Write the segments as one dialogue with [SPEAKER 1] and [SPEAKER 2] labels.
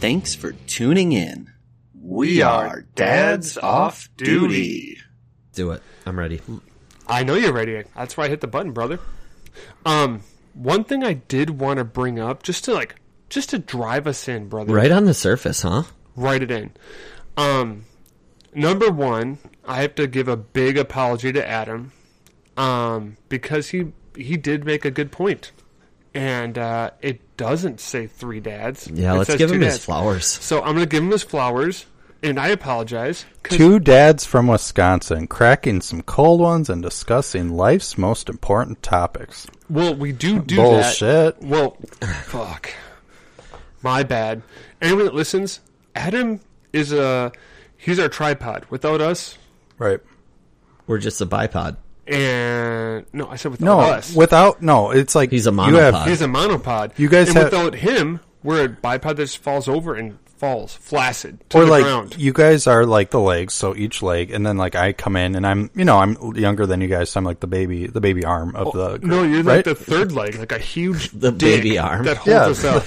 [SPEAKER 1] Thanks for tuning in.
[SPEAKER 2] We are Dads Off Duty.
[SPEAKER 3] Do it. I'm ready.
[SPEAKER 4] I know you're ready. That's why I hit the button, brother. Um, one thing I did want to bring up, just to like, just to drive us in, brother.
[SPEAKER 3] Right on the surface, huh?
[SPEAKER 4] Write it in. Um, number one, I have to give a big apology to Adam, um, because he he did make a good point, and uh, it doesn't say three dads.
[SPEAKER 3] Yeah,
[SPEAKER 4] It
[SPEAKER 3] let's
[SPEAKER 4] says
[SPEAKER 3] give
[SPEAKER 4] two
[SPEAKER 3] him his
[SPEAKER 4] dads.
[SPEAKER 3] flowers.
[SPEAKER 4] So I'm gonna give him his flowers, and I apologize. 'cause-
[SPEAKER 5] Two dads from Wisconsin cracking some cold ones and discussing life's most important topics.
[SPEAKER 4] Well, we do do
[SPEAKER 5] Bullshit.
[SPEAKER 4] that. Well, fuck. My bad. Anyone that listens, Adam is a he's our tripod. Without us,
[SPEAKER 5] Right.
[SPEAKER 3] We're just a bipod.
[SPEAKER 4] and no, I said without
[SPEAKER 5] No,
[SPEAKER 4] us.
[SPEAKER 5] without no, it's like
[SPEAKER 3] He's a
[SPEAKER 5] you have-
[SPEAKER 3] monopod.
[SPEAKER 4] he's a monopod.
[SPEAKER 5] You guys
[SPEAKER 4] and
[SPEAKER 5] have-
[SPEAKER 4] without him, we're a bipod that just falls over and falls flaccid to
[SPEAKER 5] or
[SPEAKER 4] the
[SPEAKER 5] like
[SPEAKER 4] ground.
[SPEAKER 5] you guys are like the legs, so each leg, and then like I come in and I'm you know I'm younger than you guys, so I'm like the baby the baby arm of the group,
[SPEAKER 4] Oh, no, you're like
[SPEAKER 5] right?
[SPEAKER 4] the third leg, like a huge
[SPEAKER 3] The
[SPEAKER 4] dick
[SPEAKER 3] baby arm.
[SPEAKER 4] that holds
[SPEAKER 5] Yeah.
[SPEAKER 4] us up,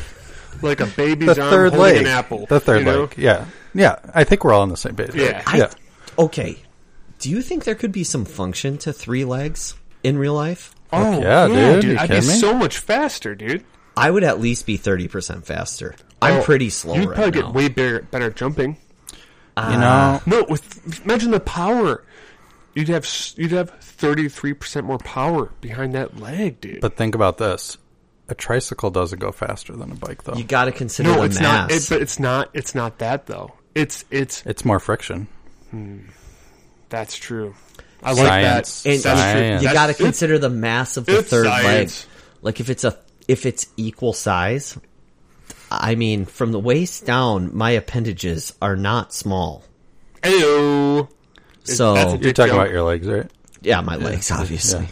[SPEAKER 4] like a baby's
[SPEAKER 5] the
[SPEAKER 4] arm
[SPEAKER 5] third
[SPEAKER 4] holding
[SPEAKER 5] leg,
[SPEAKER 4] an apple.
[SPEAKER 5] the third
[SPEAKER 4] you know?
[SPEAKER 5] leg, yeah, yeah. I think we're all on the same page.
[SPEAKER 4] Yeah.
[SPEAKER 5] right? yeah.
[SPEAKER 3] Okay. Do you think there could be some function to three legs in real life?
[SPEAKER 4] Oh
[SPEAKER 5] yeah, dude, you
[SPEAKER 4] I'd be
[SPEAKER 5] kidding me?
[SPEAKER 4] so much faster, dude.
[SPEAKER 3] I would at least be 30% faster. I'm
[SPEAKER 4] Oh,
[SPEAKER 3] pretty slow
[SPEAKER 4] You'd
[SPEAKER 3] right
[SPEAKER 4] probably
[SPEAKER 3] now.
[SPEAKER 4] get way better, better at jumping.
[SPEAKER 5] you
[SPEAKER 3] Ah.
[SPEAKER 5] know,
[SPEAKER 4] No, with imagine the power. You'd have s- you'd have thirty three percent more power behind that leg, dude.
[SPEAKER 5] but think about this: a tricycle doesn't go faster than a bike, though.
[SPEAKER 3] you got to consider
[SPEAKER 4] no,
[SPEAKER 3] the
[SPEAKER 4] it's
[SPEAKER 3] mass.
[SPEAKER 4] not. It, but it's not. It's not that though. It's it's
[SPEAKER 5] it's more friction.
[SPEAKER 4] that's true. I like
[SPEAKER 5] Science,
[SPEAKER 4] that.
[SPEAKER 3] and
[SPEAKER 4] That's
[SPEAKER 5] science.
[SPEAKER 4] true.
[SPEAKER 3] you
[SPEAKER 4] That's-
[SPEAKER 3] got to
[SPEAKER 4] it's-
[SPEAKER 3] consider the mass of the
[SPEAKER 4] it's
[SPEAKER 3] third
[SPEAKER 4] science.
[SPEAKER 3] leg. Like if it's a if it's equal size, I mean from the waist down, my appendages are not small.
[SPEAKER 4] Ayo. It's-
[SPEAKER 3] So
[SPEAKER 4] that's a
[SPEAKER 5] You're
[SPEAKER 4] dick
[SPEAKER 5] talking
[SPEAKER 4] joke.
[SPEAKER 5] about your legs, right?
[SPEAKER 3] yeah, my legs obviously.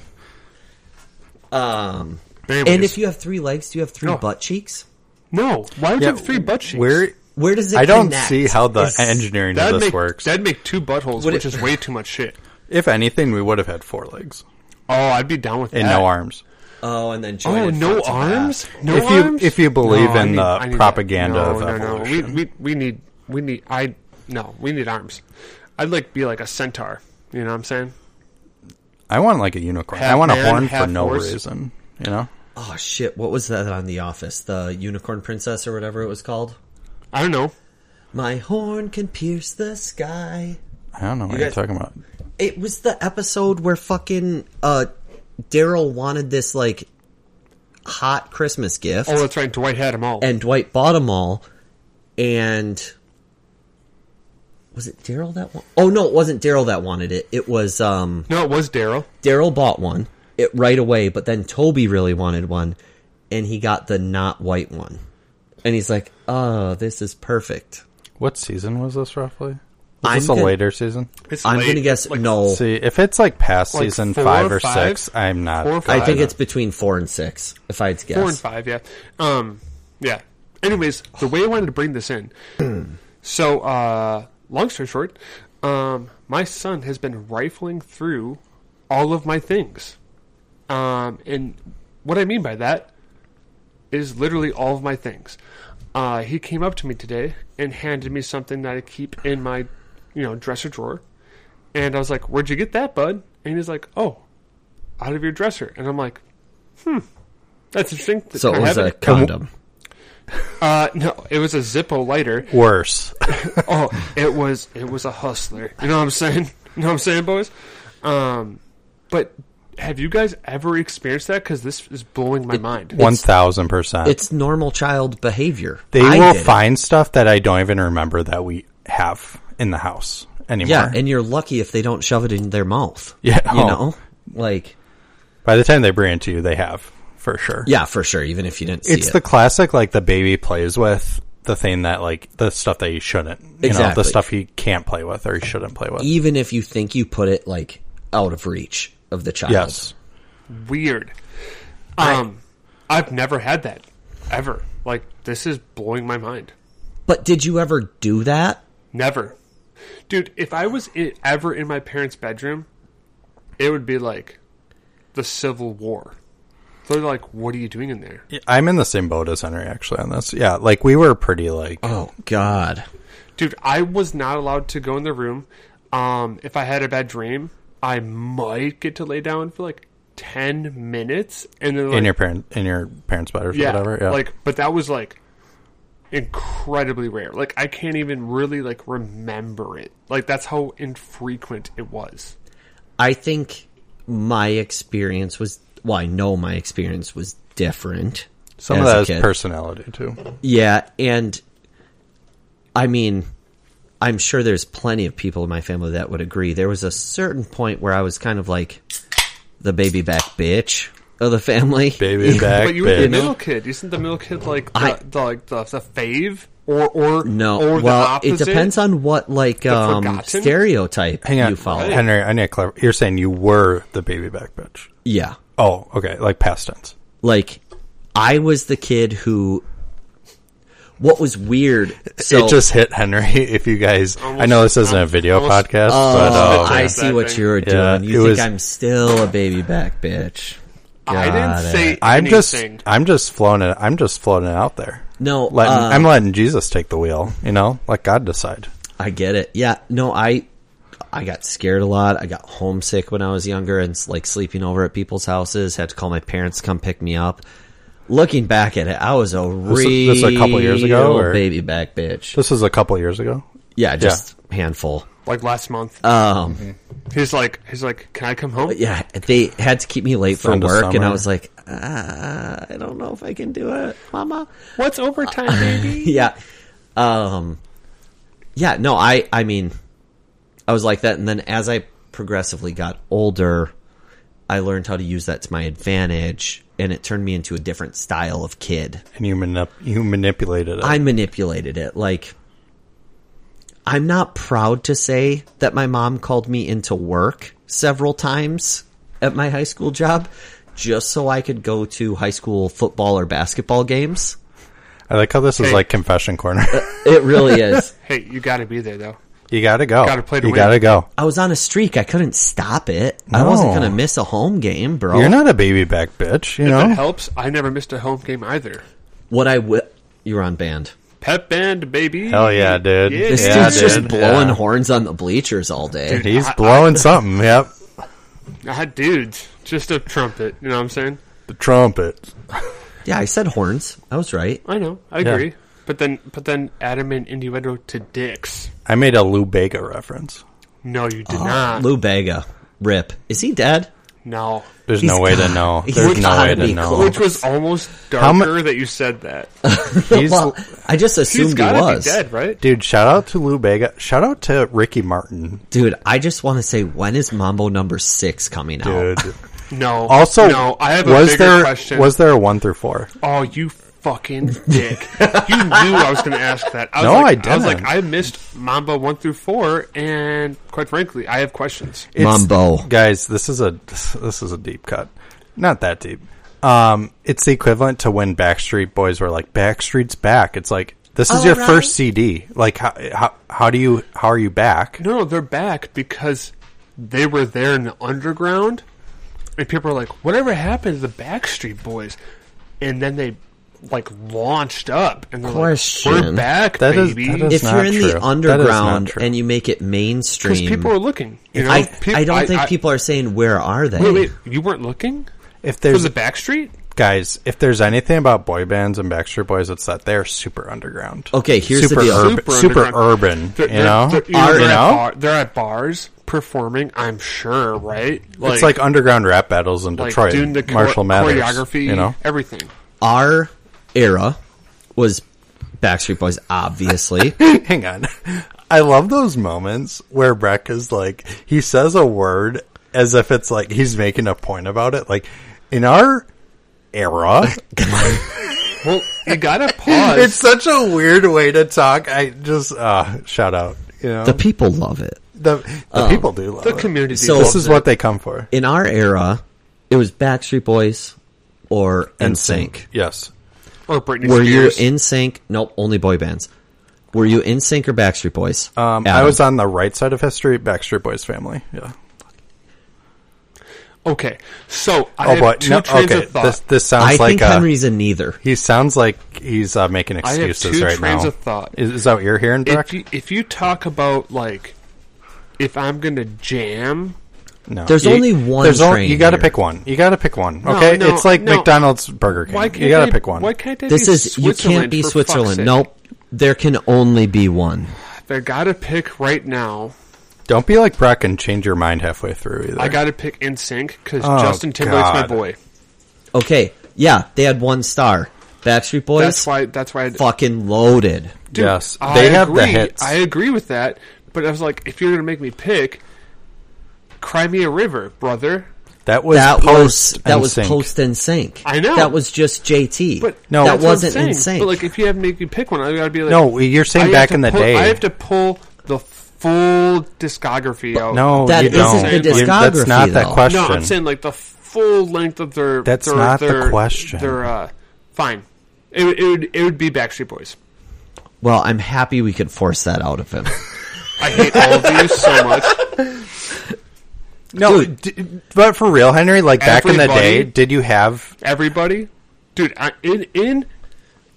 [SPEAKER 3] Um,
[SPEAKER 4] Anyways.
[SPEAKER 3] and if you have three legs, do you have three
[SPEAKER 4] No.
[SPEAKER 3] butt cheeks?
[SPEAKER 4] no, why would you have three butt cheeks?
[SPEAKER 5] Where
[SPEAKER 3] Where does it?
[SPEAKER 5] I don't
[SPEAKER 3] connect?
[SPEAKER 5] see how the
[SPEAKER 3] Is-
[SPEAKER 5] engineering of
[SPEAKER 4] that'd
[SPEAKER 5] this
[SPEAKER 4] make
[SPEAKER 5] works.
[SPEAKER 4] that'd make two buttholes,
[SPEAKER 3] Would
[SPEAKER 4] which
[SPEAKER 3] it-
[SPEAKER 4] is way too much shit.
[SPEAKER 5] if anything, we would have had four legs
[SPEAKER 4] Oh, I'd be down with
[SPEAKER 5] and
[SPEAKER 4] that.
[SPEAKER 5] no arms.
[SPEAKER 3] Oh, and then
[SPEAKER 4] Oh,
[SPEAKER 3] jointed
[SPEAKER 4] no
[SPEAKER 3] front to back.
[SPEAKER 4] arms? No
[SPEAKER 5] if you
[SPEAKER 4] arms?
[SPEAKER 5] if you believe
[SPEAKER 4] No, I
[SPEAKER 5] in
[SPEAKER 4] need- I
[SPEAKER 5] the
[SPEAKER 4] need that.
[SPEAKER 5] propaganda
[SPEAKER 4] no,
[SPEAKER 5] of
[SPEAKER 4] no,
[SPEAKER 5] evolution,
[SPEAKER 4] No, we, we we need we need I no we need arms. I'd like be like a centaur. You know what I'm saying?
[SPEAKER 5] I want like a unicorn.
[SPEAKER 4] Half
[SPEAKER 5] I want a
[SPEAKER 4] man,
[SPEAKER 5] horn for
[SPEAKER 4] half
[SPEAKER 5] no
[SPEAKER 4] horse.
[SPEAKER 5] reason. You know,
[SPEAKER 3] Oh shit! What was that on The Office? The Unicorn Princess or whatever it was called.
[SPEAKER 4] I don't know.
[SPEAKER 3] My horn can pierce the sky.
[SPEAKER 5] I don't know what
[SPEAKER 3] guys-
[SPEAKER 5] you're talking about.
[SPEAKER 3] It was the episode where fucking uh Daryl wanted this like hot Christmas gift,
[SPEAKER 4] Oh, that's right. Dwight had them all.
[SPEAKER 3] and Dwight bought them all, and was it Daryl that one? Oh no, it wasn't Daryl that wanted it. It was um
[SPEAKER 4] no, it was Daryl.
[SPEAKER 3] Daryl bought one it right away, but then Toby really wanted one, and he got the not white one, and he's like, "Oh, this is perfect."
[SPEAKER 5] What season was this roughly?
[SPEAKER 3] I'm
[SPEAKER 5] Was this a
[SPEAKER 3] gonna-
[SPEAKER 5] later season?
[SPEAKER 4] It's
[SPEAKER 3] I'm
[SPEAKER 4] late.
[SPEAKER 3] gonna guess
[SPEAKER 4] Like,
[SPEAKER 3] no.
[SPEAKER 5] See, if it's like past
[SPEAKER 4] Like
[SPEAKER 5] season
[SPEAKER 4] four,
[SPEAKER 5] five or
[SPEAKER 4] five?
[SPEAKER 5] six, I'm not.
[SPEAKER 4] Four or
[SPEAKER 3] I
[SPEAKER 4] five.
[SPEAKER 3] think it's between four and six, if I had to guess.
[SPEAKER 4] four and five. Yeah. Um. Yeah. Anyways, the way I wanted to bring this in. so, uh, long story short, um, my son has been rifling through all of my things, um, and what I mean by that is literally all of my things. Uh, he came up to me today and handed me something that I keep in my, you know, dresser drawer, and I was like, "Where'd you get that, bud?" And he's like, "Oh, out of your dresser," and I'm like. "Hmm, That's interesting.
[SPEAKER 3] So
[SPEAKER 4] Can
[SPEAKER 3] it
[SPEAKER 4] I
[SPEAKER 3] was
[SPEAKER 4] have
[SPEAKER 3] a condom.
[SPEAKER 4] Uh, no, it was a Zippo lighter.
[SPEAKER 5] Worse.
[SPEAKER 4] Oh, it was it was a hustler. You know what I'm saying? You know what I'm saying, boys? Um, but have you guys ever experienced that? Because this is blowing my mind.
[SPEAKER 5] One thousand percent.
[SPEAKER 3] It's normal child behavior.
[SPEAKER 5] They
[SPEAKER 3] I
[SPEAKER 5] will
[SPEAKER 3] did it.
[SPEAKER 5] find stuff that I don't even remember that we have in the house anymore.
[SPEAKER 3] Yeah, and you're lucky if they don't shove it in their mouth.
[SPEAKER 5] Yeah. oh.
[SPEAKER 3] you know, like
[SPEAKER 5] by the time they bring it to you, they have for sure.
[SPEAKER 3] yeah, for sure. Even if you didn't see
[SPEAKER 5] it's
[SPEAKER 3] it,
[SPEAKER 5] the classic like the baby plays with the thing that like the stuff that he shouldn't you know
[SPEAKER 3] Exactly.
[SPEAKER 5] the stuff he can't play with or he shouldn't play with
[SPEAKER 3] even if you think you put it like out of reach of the child.
[SPEAKER 5] yes
[SPEAKER 4] Weird. Um, I've never had that ever. Like this is blowing my mind.
[SPEAKER 3] But did you ever do that?
[SPEAKER 4] Never, dude. If I was i ever in my parents' bedroom, it would be like the Civil War. So they're like, "What are you doing in there?"
[SPEAKER 5] I'm in the same boat as Henry actually on this. Yeah, like we were pretty like
[SPEAKER 4] Uh,
[SPEAKER 3] Oh God.
[SPEAKER 4] Dude, I was not allowed to go in the room. Um, if I had a bad dream, I might get to lay down for like ten minutes, and then like,
[SPEAKER 5] in your parent in your parents' bed or
[SPEAKER 4] yeah,
[SPEAKER 5] whatever. Yeah,
[SPEAKER 4] like, but that was like incredibly rare. Like, I can't even really like remember it. Like, that's how infrequent it was.
[SPEAKER 3] I think my experience was well, I know my experience was different.
[SPEAKER 5] some of
[SPEAKER 3] as a
[SPEAKER 5] that is
[SPEAKER 3] kid.
[SPEAKER 5] personality too.
[SPEAKER 3] Yeah, and I mean, I'm sure there's plenty of people in my family that would agree. There was a certain point where I was kind of like the baby back bitch of the family.
[SPEAKER 5] Baby back,
[SPEAKER 4] But you were the
[SPEAKER 5] bitch.
[SPEAKER 4] middle kid. Isn't the middle kid like the,
[SPEAKER 3] I-
[SPEAKER 4] the like the, the fave or or
[SPEAKER 3] No,
[SPEAKER 4] Or the
[SPEAKER 3] well,
[SPEAKER 4] opposite?
[SPEAKER 3] it depends on what like um,
[SPEAKER 4] forgotten?
[SPEAKER 3] stereotype
[SPEAKER 5] Hang on,
[SPEAKER 3] you follow.
[SPEAKER 5] Henry. I need to clarify. You're saying you were the baby back bitch.
[SPEAKER 3] Yeah,
[SPEAKER 5] Oh, okay, like past tense.
[SPEAKER 3] like I was the kid who. What was weird? So
[SPEAKER 5] it just hit Henry. If you guys, I know this isn't a video
[SPEAKER 4] almost-
[SPEAKER 5] podcast,
[SPEAKER 3] Oh,
[SPEAKER 5] but uh,
[SPEAKER 3] I
[SPEAKER 4] that
[SPEAKER 3] see what
[SPEAKER 4] thing.
[SPEAKER 3] you're doing.
[SPEAKER 5] Yeah,
[SPEAKER 3] you
[SPEAKER 5] it
[SPEAKER 3] think
[SPEAKER 5] was-
[SPEAKER 3] I'm still a baby back bitch? Got
[SPEAKER 4] I didn't
[SPEAKER 3] it.
[SPEAKER 4] say
[SPEAKER 5] I'm just,
[SPEAKER 4] anything.
[SPEAKER 5] I'm just floating it. I'm just floating it out there.
[SPEAKER 3] No,
[SPEAKER 5] letting,
[SPEAKER 3] uh,
[SPEAKER 5] I'm letting Jesus take the wheel. You know, let God decide.
[SPEAKER 3] I get it. Yeah, no, I I got scared a lot. I got homesick when I was younger and like sleeping over at people's houses, had to call my parents to come pick me up. Looking back at it, I was a real
[SPEAKER 5] this a couple years ago, or-
[SPEAKER 3] baby back bitch.
[SPEAKER 5] This was a couple years ago.
[SPEAKER 3] yeah, just handful.
[SPEAKER 4] like last month. Mm-hmm.
[SPEAKER 3] Um,
[SPEAKER 4] he's like he's like, can I come home?
[SPEAKER 3] yeah, they had to keep me late for
[SPEAKER 5] Friend of
[SPEAKER 3] work, and I
[SPEAKER 5] summer.
[SPEAKER 3] was like, ah, I don't know if I can do it, Mama.
[SPEAKER 4] What's overtime, baby?
[SPEAKER 3] yeah um yeah no i i mean i was like that and then as i progressively got older i learned how to use that to my advantage and it turned me into a different style of kid
[SPEAKER 5] And you, manip- you manipulated it.
[SPEAKER 3] i manipulated it like i'm not proud to say that my mom called me into work several times at my high school job just so i could go to high school football or basketball games
[SPEAKER 5] I like how this is
[SPEAKER 4] Hey.
[SPEAKER 5] like confession corner.
[SPEAKER 3] it really is
[SPEAKER 4] Hey, you got to be there though.
[SPEAKER 5] you gotta go.
[SPEAKER 4] Gotta play to
[SPEAKER 5] you
[SPEAKER 4] win.
[SPEAKER 5] gotta go.
[SPEAKER 3] I was on a streak. I couldn't stop it. I
[SPEAKER 5] No.
[SPEAKER 3] wasn't gonna miss a home game, bro.
[SPEAKER 5] You're not a baby back bitch. You
[SPEAKER 4] That
[SPEAKER 5] know.
[SPEAKER 4] helps. I never missed a home game either.
[SPEAKER 3] What I w- you were on band.
[SPEAKER 4] Pep band, baby.
[SPEAKER 5] Hell yeah, dude.
[SPEAKER 4] Yeah,
[SPEAKER 3] This
[SPEAKER 5] yeah,
[SPEAKER 3] dude's just
[SPEAKER 5] dude.
[SPEAKER 3] blowing
[SPEAKER 5] Yeah.
[SPEAKER 3] horns on the bleachers all day.
[SPEAKER 5] He's blowing something. Yep.
[SPEAKER 4] Ah, dudes, just a trumpet. You know what I'm saying?
[SPEAKER 5] The trumpet.
[SPEAKER 3] Yeah, I said horns. I was right.
[SPEAKER 4] I know. I agree. But then, but then, Adam and innuendo to dicks.
[SPEAKER 5] I made a Lou Bega reference.
[SPEAKER 4] No, you
[SPEAKER 5] Uh-huh.
[SPEAKER 4] did
[SPEAKER 3] Oh,
[SPEAKER 4] not.
[SPEAKER 3] Lou Bega, rip. Is he dead?
[SPEAKER 4] no,
[SPEAKER 5] There's
[SPEAKER 3] He's
[SPEAKER 5] no way to
[SPEAKER 3] gotta-
[SPEAKER 5] know.
[SPEAKER 3] he's
[SPEAKER 5] There's no
[SPEAKER 3] gotta
[SPEAKER 5] way to
[SPEAKER 3] be
[SPEAKER 5] know.
[SPEAKER 3] close.
[SPEAKER 4] which was almost
[SPEAKER 5] How mu-
[SPEAKER 4] darker that you said that.
[SPEAKER 5] He's-
[SPEAKER 3] Well, I just
[SPEAKER 4] He's
[SPEAKER 3] assumed he
[SPEAKER 4] gotta
[SPEAKER 3] was.
[SPEAKER 4] be dead, right?
[SPEAKER 5] dude, shout out to Lou Bega. Shout out to Ricky Martin,
[SPEAKER 3] Dude, I just want to say, when is Mambo number six coming out?
[SPEAKER 5] dude.
[SPEAKER 4] No.
[SPEAKER 5] Also,
[SPEAKER 4] no. I have a
[SPEAKER 5] was
[SPEAKER 4] bigger
[SPEAKER 5] there
[SPEAKER 4] question.
[SPEAKER 5] was there a one through four?
[SPEAKER 4] oh, you fucking dick! you knew I was going to ask that. I was
[SPEAKER 5] No,
[SPEAKER 4] like,
[SPEAKER 5] I
[SPEAKER 4] was like,
[SPEAKER 5] didn't.
[SPEAKER 4] I missed Mamba one through four, and quite frankly, I have questions.
[SPEAKER 3] Mambo.
[SPEAKER 5] guys. This is a this is a deep cut. Not that deep. Um, it's the equivalent to when Backstreet Boys were like Backstreet's back. It's like this is your
[SPEAKER 3] Alright.
[SPEAKER 5] first CD. Like how, how how do you how are you back?
[SPEAKER 4] No, no, they're back because they were there in the underground, and people were like, "Whatever happened to the Backstreet Boys?" And then they like launched up, and they're like,
[SPEAKER 3] Question.
[SPEAKER 4] "We're back,
[SPEAKER 5] That is-
[SPEAKER 4] baby!"
[SPEAKER 5] that is-
[SPEAKER 3] If
[SPEAKER 5] That's
[SPEAKER 3] you're
[SPEAKER 5] not
[SPEAKER 3] in
[SPEAKER 5] true. That
[SPEAKER 3] the
[SPEAKER 5] is not
[SPEAKER 3] underground
[SPEAKER 5] true.
[SPEAKER 3] and you make it mainstream,
[SPEAKER 4] because people are looking. You know,
[SPEAKER 3] I,
[SPEAKER 4] Peop-
[SPEAKER 3] I don't think
[SPEAKER 4] I-
[SPEAKER 3] people are saying where are they.
[SPEAKER 4] Wait, wait, you weren't looking
[SPEAKER 5] If
[SPEAKER 4] for
[SPEAKER 5] there's
[SPEAKER 4] the Backstreet?
[SPEAKER 5] guys, if there's anything about boy bands and Backstreet Boys, it's that they're super underground.
[SPEAKER 3] Okay, here's the
[SPEAKER 5] super
[SPEAKER 3] deal.
[SPEAKER 5] urban, super,
[SPEAKER 4] underground.
[SPEAKER 5] urban.
[SPEAKER 4] They're,
[SPEAKER 5] you know,
[SPEAKER 4] they're, they're,
[SPEAKER 5] you
[SPEAKER 4] they're At
[SPEAKER 5] know,
[SPEAKER 4] bar, they're at bars performing. I'm sure, right?
[SPEAKER 5] it's like underground rap battles in
[SPEAKER 4] like
[SPEAKER 5] Detroit.
[SPEAKER 4] doing the chore-
[SPEAKER 5] Marshall Mathers,
[SPEAKER 4] choreography,
[SPEAKER 5] You know,
[SPEAKER 4] everything.
[SPEAKER 3] Our era was Backstreet Boys, obviously.
[SPEAKER 5] hang on. I love those moments where Breck is like, he says a word as if it's like he's making a point about it. Like in our era,
[SPEAKER 4] Well, you gotta pause.
[SPEAKER 5] it's such a weird way to talk. I just uh, shout out. You know,
[SPEAKER 3] the
[SPEAKER 5] the
[SPEAKER 3] people love it.
[SPEAKER 5] the, people do love
[SPEAKER 4] um, the
[SPEAKER 5] it.
[SPEAKER 4] community.
[SPEAKER 3] So-
[SPEAKER 5] This
[SPEAKER 4] loves
[SPEAKER 5] is
[SPEAKER 4] it.
[SPEAKER 5] what they come for.
[SPEAKER 3] In our era, it was Backstreet Boys or NSYNC.
[SPEAKER 5] Yes.
[SPEAKER 4] or Britney
[SPEAKER 3] Were you
[SPEAKER 4] Spears.
[SPEAKER 3] NSYNC? Nope, only boy bands. Were you NSYNC or Backstreet Boys?
[SPEAKER 5] Um, I
[SPEAKER 3] Adam.
[SPEAKER 5] was on the right side of history, Backstreet Boys family. Yeah.
[SPEAKER 4] Okay, so I
[SPEAKER 5] Oh,
[SPEAKER 4] have
[SPEAKER 5] but
[SPEAKER 4] two
[SPEAKER 5] no,
[SPEAKER 4] trains
[SPEAKER 5] okay.
[SPEAKER 4] of thought.
[SPEAKER 5] This this
[SPEAKER 3] I
[SPEAKER 5] sounds like
[SPEAKER 3] think
[SPEAKER 5] uh,
[SPEAKER 3] Henry's a neither.
[SPEAKER 5] he sounds like he's uh, making
[SPEAKER 4] I have
[SPEAKER 5] excuses
[SPEAKER 4] two
[SPEAKER 5] right
[SPEAKER 4] trains
[SPEAKER 5] now.
[SPEAKER 4] of thought.
[SPEAKER 5] Is, is that what you're hearing, Breck?
[SPEAKER 4] If you, if you talk about like, if I'm gonna jam,
[SPEAKER 5] no.
[SPEAKER 3] There's
[SPEAKER 5] You-
[SPEAKER 3] only one
[SPEAKER 5] There's only,
[SPEAKER 3] train
[SPEAKER 5] you got to
[SPEAKER 3] here.
[SPEAKER 5] pick one. You got to pick one. Okay,
[SPEAKER 4] no,
[SPEAKER 5] it's like
[SPEAKER 4] no.
[SPEAKER 5] McDonald's Burger King.
[SPEAKER 4] why can't
[SPEAKER 5] you got to
[SPEAKER 4] I-
[SPEAKER 5] pick one.
[SPEAKER 4] Why can't I
[SPEAKER 3] This
[SPEAKER 4] be
[SPEAKER 3] is you can't be
[SPEAKER 4] for fuck's
[SPEAKER 3] Switzerland.
[SPEAKER 4] sake?
[SPEAKER 3] Nope. There can only be one.
[SPEAKER 4] I gotta pick right now.
[SPEAKER 5] Don't be like Breck and change your mind halfway through either.
[SPEAKER 4] I gotta pick NSYNC because
[SPEAKER 5] Oh,
[SPEAKER 4] Justin Timberlake's
[SPEAKER 5] God.
[SPEAKER 4] my boy.
[SPEAKER 3] Okay. Yeah, they had one star. Backstreet Boys
[SPEAKER 4] That's why. That's why. I,
[SPEAKER 3] fucking loaded.
[SPEAKER 4] Dude,
[SPEAKER 5] yes,
[SPEAKER 4] I
[SPEAKER 5] they have
[SPEAKER 4] agree.
[SPEAKER 5] the hits.
[SPEAKER 4] I agree with that. But I was like, if you're gonna make me pick, cry me a river, brother.
[SPEAKER 5] that was
[SPEAKER 3] that was
[SPEAKER 5] post
[SPEAKER 3] that was
[SPEAKER 5] NSYNC.
[SPEAKER 3] post and sync.
[SPEAKER 4] I know.
[SPEAKER 3] That was just JT.
[SPEAKER 4] But
[SPEAKER 5] No.
[SPEAKER 3] that
[SPEAKER 4] That's
[SPEAKER 5] That's
[SPEAKER 4] what I'm
[SPEAKER 3] wasn't
[SPEAKER 4] saying.
[SPEAKER 3] in sync.
[SPEAKER 4] But like, if you have to make me pick one, I gotta be like,
[SPEAKER 5] No, you're saying
[SPEAKER 4] I
[SPEAKER 5] back
[SPEAKER 4] have to
[SPEAKER 5] in the
[SPEAKER 4] pull-
[SPEAKER 5] day.
[SPEAKER 4] I have to pull the full discography out.
[SPEAKER 5] No,
[SPEAKER 3] That
[SPEAKER 5] you
[SPEAKER 3] isn't
[SPEAKER 5] don't.
[SPEAKER 4] the
[SPEAKER 5] You- That's
[SPEAKER 3] discography,
[SPEAKER 5] not that
[SPEAKER 3] though.
[SPEAKER 5] question.
[SPEAKER 4] No, I'm saying like the full length of their.
[SPEAKER 5] That's
[SPEAKER 4] their,
[SPEAKER 5] not the
[SPEAKER 4] their-
[SPEAKER 5] question.
[SPEAKER 4] Their uh, fine. It, would- it would it would be Backstreet Boys.
[SPEAKER 3] well, I'm happy we could force that out of him.
[SPEAKER 4] I hate all of you so much.
[SPEAKER 5] no, d- but for real, Henry, like back in the day,
[SPEAKER 4] Everybody-
[SPEAKER 5] did you have?
[SPEAKER 4] Everybody, dude, I, in in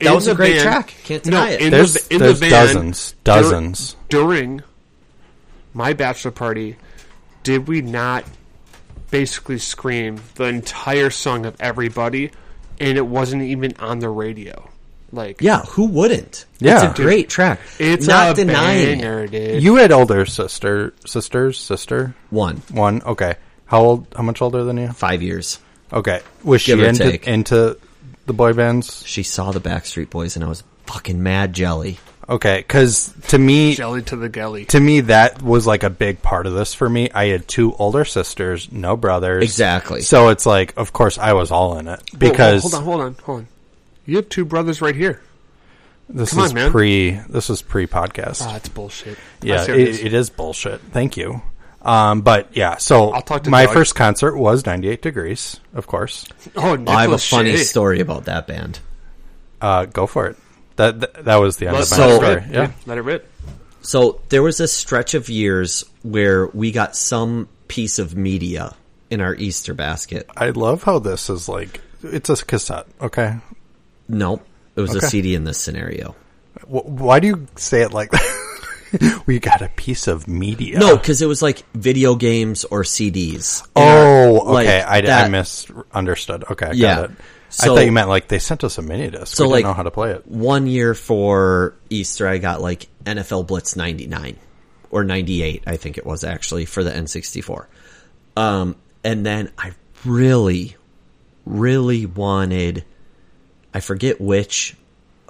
[SPEAKER 3] That
[SPEAKER 4] in
[SPEAKER 3] was a
[SPEAKER 4] the
[SPEAKER 3] great
[SPEAKER 4] band-
[SPEAKER 3] track. Can't
[SPEAKER 4] no,
[SPEAKER 3] deny it.
[SPEAKER 4] In
[SPEAKER 5] There's
[SPEAKER 4] the, in
[SPEAKER 5] there's
[SPEAKER 4] the band,
[SPEAKER 5] dozens, dozens.
[SPEAKER 4] during my bachelor party, did we not basically scream the entire song of everybody, and it wasn't even on the radio? Like,
[SPEAKER 3] yeah, who wouldn't?
[SPEAKER 5] Yeah.
[SPEAKER 3] It's a great track.
[SPEAKER 4] it's
[SPEAKER 3] not
[SPEAKER 4] a
[SPEAKER 3] denying it.
[SPEAKER 4] banger, dude.
[SPEAKER 5] You had older sister, sisters, sister.
[SPEAKER 3] One.
[SPEAKER 5] One. Okay. How old? How much older than you?
[SPEAKER 3] Five years.
[SPEAKER 5] Okay. Was
[SPEAKER 3] Give
[SPEAKER 5] she
[SPEAKER 3] or
[SPEAKER 5] into
[SPEAKER 3] take.
[SPEAKER 5] into the boy bands?
[SPEAKER 3] She saw the Backstreet Boys and I was fucking mad jelly.
[SPEAKER 5] Okay, because to me,
[SPEAKER 4] jelly to the galley.
[SPEAKER 5] to me that was like a big part of this for me. I had two older sisters, no brothers.
[SPEAKER 3] Exactly.
[SPEAKER 5] So it's like, of course, I was all in it
[SPEAKER 4] Whoa, whoa,
[SPEAKER 5] because
[SPEAKER 4] hold on, hold on, hold on. You have two brothers right here.
[SPEAKER 5] this
[SPEAKER 4] Come on,
[SPEAKER 5] is
[SPEAKER 4] man.
[SPEAKER 5] pre this is pre podcast.
[SPEAKER 4] Ah, it's bullshit.
[SPEAKER 5] yeah,
[SPEAKER 4] That's
[SPEAKER 5] it,
[SPEAKER 4] how it is.
[SPEAKER 5] it is bullshit. Thank you. Um, but yeah, so
[SPEAKER 4] I'll talk to
[SPEAKER 5] my
[SPEAKER 4] Doug.
[SPEAKER 5] first concert was 98 degrees, of course.
[SPEAKER 3] I
[SPEAKER 4] oh,
[SPEAKER 3] have a
[SPEAKER 4] Nicholas
[SPEAKER 3] funny
[SPEAKER 4] Shea.
[SPEAKER 3] story about that band.
[SPEAKER 5] Uh, go for it. That that, that was the end
[SPEAKER 4] Let,
[SPEAKER 5] of my
[SPEAKER 3] So-
[SPEAKER 5] story.
[SPEAKER 4] it rip,
[SPEAKER 5] Yeah.
[SPEAKER 4] dude. let it rip.
[SPEAKER 3] So there was a stretch of years where we got some piece of media in our Easter basket.
[SPEAKER 5] I love how this is like it's a cassette. Okay,
[SPEAKER 3] Nope. It was
[SPEAKER 5] Okay.
[SPEAKER 3] a CD in this scenario.
[SPEAKER 5] Wh- why do you say it like that? we got a piece of media.
[SPEAKER 3] No, because it was like video games or CDs.
[SPEAKER 5] Oh,
[SPEAKER 3] Like
[SPEAKER 5] okay. I, I
[SPEAKER 3] that-
[SPEAKER 5] misunderstood. Okay, I
[SPEAKER 3] Yeah.
[SPEAKER 5] got it. I
[SPEAKER 3] So-
[SPEAKER 5] thought you meant like they sent us a mini disc.
[SPEAKER 3] So,
[SPEAKER 5] we
[SPEAKER 3] like-
[SPEAKER 5] didn't know how to play it.
[SPEAKER 3] One year for Easter, I got like NFL Blitz 99 or 98, I think it was actually, for the N64. Um, and then I really, really wanted, I forget which.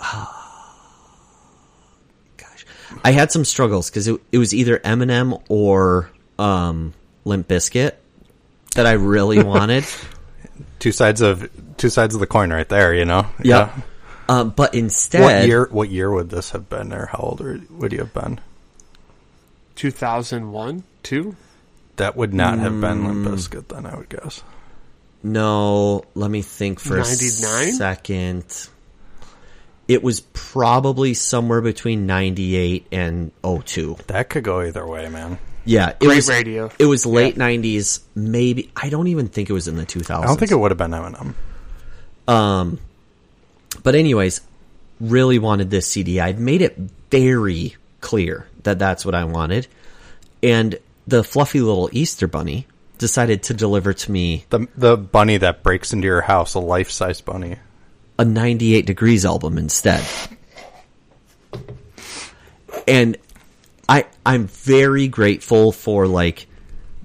[SPEAKER 3] Gosh. I had some struggles because it, it was either Eminem or um, Limp Biscuit that I really wanted.
[SPEAKER 5] Two sides of two sides of the coin, right there. You know.
[SPEAKER 3] Yep.
[SPEAKER 5] Yeah.
[SPEAKER 3] Um, but instead,
[SPEAKER 5] What year? What year would this have been, or how old are- would you have been?
[SPEAKER 4] Two thousand one, two.
[SPEAKER 5] That would not have been
[SPEAKER 3] Hmm.
[SPEAKER 5] Limp Bizkit then, I would guess.
[SPEAKER 3] No, let me think for
[SPEAKER 4] 99?
[SPEAKER 3] a second. It was probably somewhere between 98 and 02.
[SPEAKER 5] That could go either way, man.
[SPEAKER 3] Yeah, it
[SPEAKER 4] Great
[SPEAKER 3] was
[SPEAKER 4] radio.
[SPEAKER 3] It was late 90s, maybe I don't even think it was in the 2000s.
[SPEAKER 5] I don't think it would have been Eminem.
[SPEAKER 3] But anyways, really wanted this CD. I'd made it very clear that that's what I wanted. And the fluffy little Easter bunny decided to deliver to me
[SPEAKER 5] The the bunny that breaks into your house, a life size bunny.
[SPEAKER 3] a 98 degrees album instead. And I I'm very grateful for like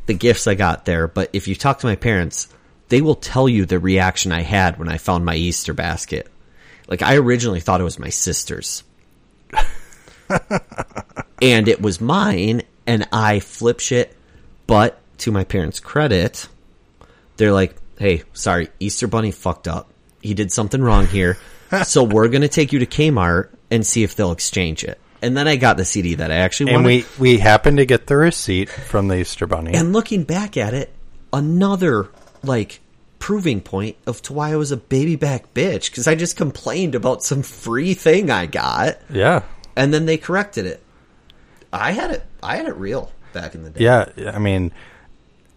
[SPEAKER 3] the gifts I got there, but if you talk to my parents, they will tell you the reaction I had when I found my Easter basket. Like I originally thought it was my sister's. and it was mine and I flip shit, but to my parents' credit, they're like, "Hey, sorry, Easter Bunny fucked up. He did something wrong here. so we're gonna take you to Kmart and see if they'll exchange it." And then I got the CD that I actually
[SPEAKER 5] And
[SPEAKER 3] wanted.
[SPEAKER 5] we we happened to get the receipt from the Easter bunny.
[SPEAKER 3] and looking back at it, another like proving point of to why I was a baby back bitch because I just complained about some free thing I got,
[SPEAKER 5] yeah.
[SPEAKER 3] and then they corrected it. I had it. I had it real back in the day.
[SPEAKER 5] Yeah, I mean,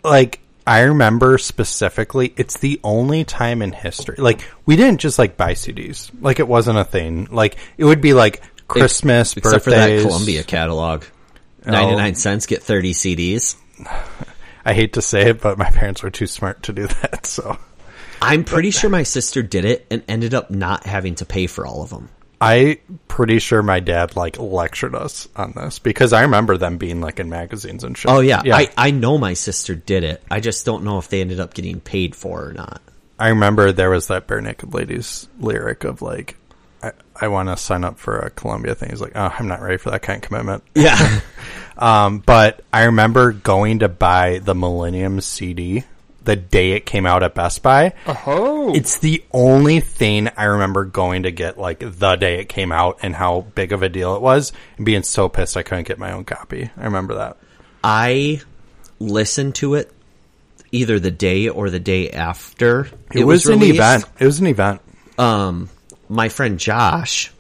[SPEAKER 5] like I remember specifically, it's the only time in history. Like, we didn't just like buy CDs. Like, it wasn't a thing. Like, it would be like Christmas,
[SPEAKER 3] Except for that
[SPEAKER 5] birthdays. Oh.
[SPEAKER 3] Columbia catalog. 99 cents, get 30 CDs.
[SPEAKER 5] I hate to say it, but my parents were too smart to do that. So
[SPEAKER 3] I'm pretty sure my sister did it and ended up not having to pay for all of them.
[SPEAKER 5] I pretty sure my dad like lectured us on this because I remember them being like in magazines and shit.
[SPEAKER 3] Oh, yeah.
[SPEAKER 5] yeah.
[SPEAKER 3] I, I know my sister did it. I just don't know if they ended up getting paid for or not.
[SPEAKER 5] I remember there was that bare naked ladies lyric of like, I, I want to sign up for a Columbia thing. He's like, oh, I'm not ready for that kind of commitment.
[SPEAKER 3] Yeah.
[SPEAKER 5] Um, but I remember going to buy the Millennium CD the day it came out at Best Buy.
[SPEAKER 4] Oh,
[SPEAKER 5] It's the only thing I remember going to get like the day it came out and how big of a deal it was and being so pissed I couldn't get my own copy. I remember that.
[SPEAKER 3] I listened to it either the day or the day after
[SPEAKER 5] It, was, an event. It was an event.
[SPEAKER 3] Um, my friend Josh,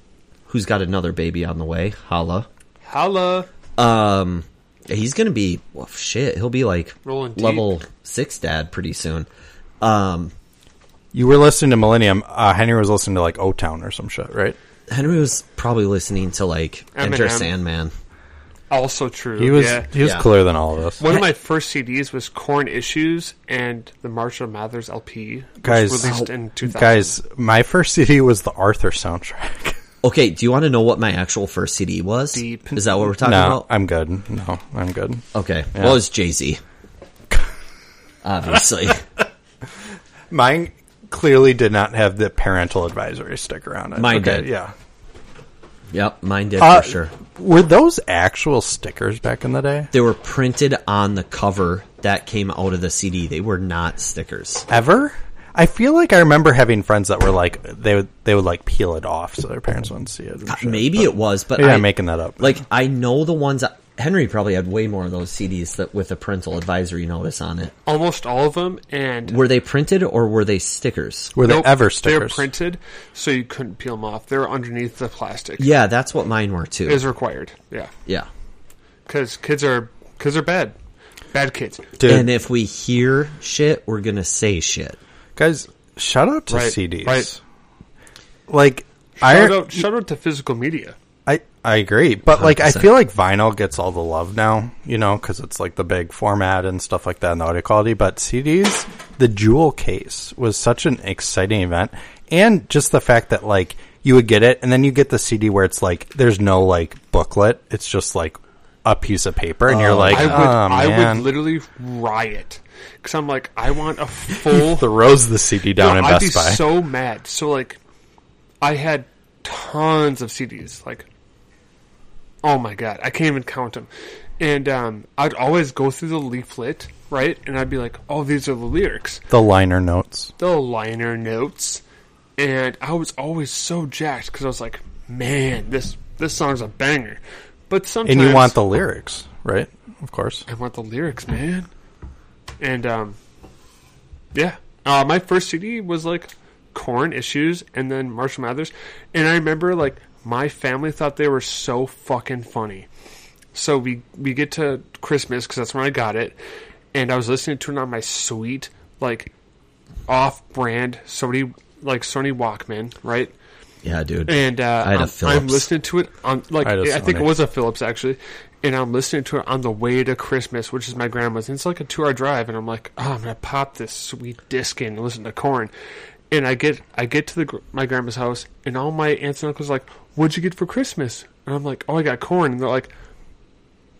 [SPEAKER 3] who's got another baby on the way, holla.
[SPEAKER 4] holla!
[SPEAKER 3] Um, he's gonna be well, shit. He'll be like
[SPEAKER 4] Rolling deep.
[SPEAKER 3] level six dad pretty soon. Um,
[SPEAKER 5] You were listening to Millennium. Uh, Henry was listening to like O Town or some shit, right?
[SPEAKER 3] Henry was probably listening to like Enter
[SPEAKER 4] Eminem.
[SPEAKER 3] Sandman.
[SPEAKER 4] Also true.
[SPEAKER 5] He was
[SPEAKER 4] Yeah.
[SPEAKER 5] he was
[SPEAKER 3] Yeah.
[SPEAKER 5] cooler than all of us.
[SPEAKER 4] One of my first CDs was Corn Issues and the Marshall Mathers LP, which
[SPEAKER 5] Guys,
[SPEAKER 4] was released in 2000.
[SPEAKER 5] guys, my first CD was the Arthur soundtrack.
[SPEAKER 3] Okay, do you want to know what my actual first CD was?
[SPEAKER 4] Deep.
[SPEAKER 3] Is that what we're talking
[SPEAKER 5] no,
[SPEAKER 3] about?
[SPEAKER 5] I'm good. No, I'm good.
[SPEAKER 3] okay, well, it's Jay Z. Obviously.
[SPEAKER 5] Mine clearly did not have the parental advisory sticker on it.
[SPEAKER 3] Mine did.
[SPEAKER 5] Yeah.
[SPEAKER 3] Yep, mine did
[SPEAKER 5] Uh,
[SPEAKER 3] for sure.
[SPEAKER 5] Were those actual stickers back in the day?
[SPEAKER 3] They were printed on the cover that came out of the CD. They were not stickers.
[SPEAKER 5] Ever? I feel like I remember having friends that were like they would they would like peel it off so their parents wouldn't see it. and shit,
[SPEAKER 3] Maybe
[SPEAKER 5] but-
[SPEAKER 3] it was, but
[SPEAKER 5] Maybe
[SPEAKER 3] I,
[SPEAKER 5] I'm making that up.
[SPEAKER 3] Like I know the ones that, Henry probably had way more of those CDs that with a parental advisory notice on it.
[SPEAKER 4] almost all of them, and
[SPEAKER 3] Were they printed or were they stickers?
[SPEAKER 5] were
[SPEAKER 4] Nope,
[SPEAKER 5] they ever
[SPEAKER 4] They're
[SPEAKER 5] stickers?
[SPEAKER 4] printed, so you couldn't peel them off. They were underneath the plastic.
[SPEAKER 3] Yeah, that's what mine were too.
[SPEAKER 4] is required. Yeah,
[SPEAKER 3] yeah.
[SPEAKER 4] because kids are kids are bad, bad kids.
[SPEAKER 5] Dude,
[SPEAKER 3] And if we hear shit, we're going to say shit.
[SPEAKER 5] guys, shout out to
[SPEAKER 4] Right,
[SPEAKER 5] CDs.
[SPEAKER 4] right.
[SPEAKER 5] Like
[SPEAKER 4] Shout
[SPEAKER 5] I,
[SPEAKER 4] out, shout out to physical media.
[SPEAKER 5] I I agree, but like I
[SPEAKER 3] 100%.
[SPEAKER 5] feel like vinyl gets all the love now, you know, because it's like the big format and stuff like that, and the audio quality. But CDs, the jewel case was such an exciting event, and just the fact that like you would get it, and then you get the CD where it's like there's no like booklet, it's just like a piece of paper, and you're like,
[SPEAKER 4] I would,
[SPEAKER 5] oh
[SPEAKER 4] I
[SPEAKER 5] man,
[SPEAKER 4] would literally riot because I'm like, I want a full.
[SPEAKER 5] throws the CD down
[SPEAKER 4] No,
[SPEAKER 5] in
[SPEAKER 4] I'd be
[SPEAKER 5] Best Buy.
[SPEAKER 4] so mad. So like, I had tons of CDs. Like, oh my god, I can't even count them. And um, I'd always go through the leaflet, right? And I'd be like, oh, these are the lyrics.
[SPEAKER 5] the liner notes.
[SPEAKER 4] the liner notes, and I was always so jacked because I was like, "Man, this this song's a banger." But sometimes
[SPEAKER 5] And you want the lyrics, right? Of course.
[SPEAKER 4] I want the lyrics, man. And um, yeah, uh, my first CD was like Corn Issues, and then Marshall Mathers, and I remember like my family thought they were so fucking funny. So we we get to Christmas because that's when I got it, and I was listening to it on my sweet like off-brand Sony like Sony Walkman, right?
[SPEAKER 3] Yeah, dude.
[SPEAKER 4] and uh,
[SPEAKER 3] I had a
[SPEAKER 4] I'm- I'm,
[SPEAKER 3] Philips.
[SPEAKER 4] listening to it on like
[SPEAKER 5] I had a
[SPEAKER 4] I, think it
[SPEAKER 5] Sony.
[SPEAKER 4] was a Phillips actually, and I'm listening to it on the way to Christmas, which is my grandma's. And it's like a two hour drive, and I'm like, oh, I'm gonna pop this sweet disc in and listen to corn. And I get I get to the gr- my grandma's house, and all my aunts and uncles are like, "What'd you get for Christmas?" And I'm like, "Oh, I got corn." And they're like,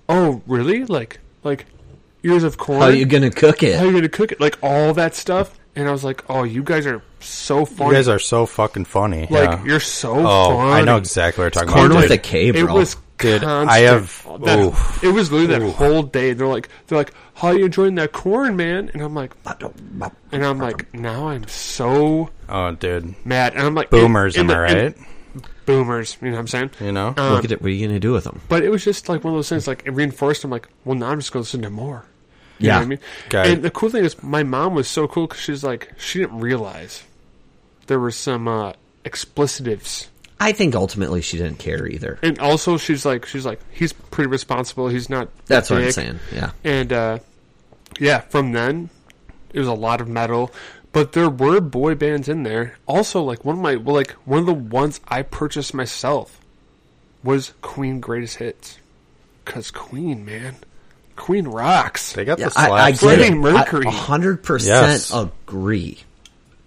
[SPEAKER 4] "Oh, really? Like like ears of corn?"
[SPEAKER 3] How are you going to cook
[SPEAKER 4] How
[SPEAKER 3] it?
[SPEAKER 4] you gonna cook it? Like all that stuff. And I was like, "Oh, you guys are so funny!
[SPEAKER 5] You guys are so fucking funny.
[SPEAKER 4] like
[SPEAKER 5] yeah.
[SPEAKER 4] you're so
[SPEAKER 5] Oh,
[SPEAKER 4] funny."
[SPEAKER 5] I know exactly what you're talking
[SPEAKER 3] Corn
[SPEAKER 5] about.
[SPEAKER 3] with a
[SPEAKER 5] dude.
[SPEAKER 3] K, bro.
[SPEAKER 4] It was
[SPEAKER 5] Dude,
[SPEAKER 4] constant. Oh,
[SPEAKER 5] I have-
[SPEAKER 4] That-
[SPEAKER 5] oof.
[SPEAKER 4] it was literally that whole day. They're like, they're like, how you enjoying that corn, man? And I'm like, and I'm like, now I'm so
[SPEAKER 5] Oh, dude.
[SPEAKER 4] mad. And I'm like,
[SPEAKER 5] Boomers,
[SPEAKER 4] and-
[SPEAKER 5] am I
[SPEAKER 4] and-
[SPEAKER 5] right?
[SPEAKER 4] and boomers, you know what I'm saying?
[SPEAKER 5] You know?
[SPEAKER 4] Um,
[SPEAKER 3] Look at it. What are you going to do with them?
[SPEAKER 4] but it was just like one of those things. Like it reinforced. I'm like, well, now I'm just going to listen to more. You know
[SPEAKER 3] Yeah.
[SPEAKER 4] what I mean,
[SPEAKER 5] Got it.
[SPEAKER 4] and the cool thing is, my mom was so cool because she's like, she didn't realize there were some uh, explicitives
[SPEAKER 3] I think ultimately she didn't care either.
[SPEAKER 4] and also she's like she's like he's pretty responsible he's not
[SPEAKER 3] That's what I'm
[SPEAKER 4] dick.
[SPEAKER 3] saying. Yeah.
[SPEAKER 4] and uh yeah from then It was a lot of metal, but there were boy bands in there. Also, like one of my well, like one of the ones I purchased myself was Queen Greatest Hits, because Queen, man, Queen rocks.
[SPEAKER 5] They got
[SPEAKER 3] Yeah,
[SPEAKER 5] the
[SPEAKER 3] I, I
[SPEAKER 5] slaps.
[SPEAKER 3] get
[SPEAKER 4] Freddie
[SPEAKER 3] it.
[SPEAKER 4] Mercury.
[SPEAKER 3] I 100%
[SPEAKER 5] Yes.
[SPEAKER 3] agree.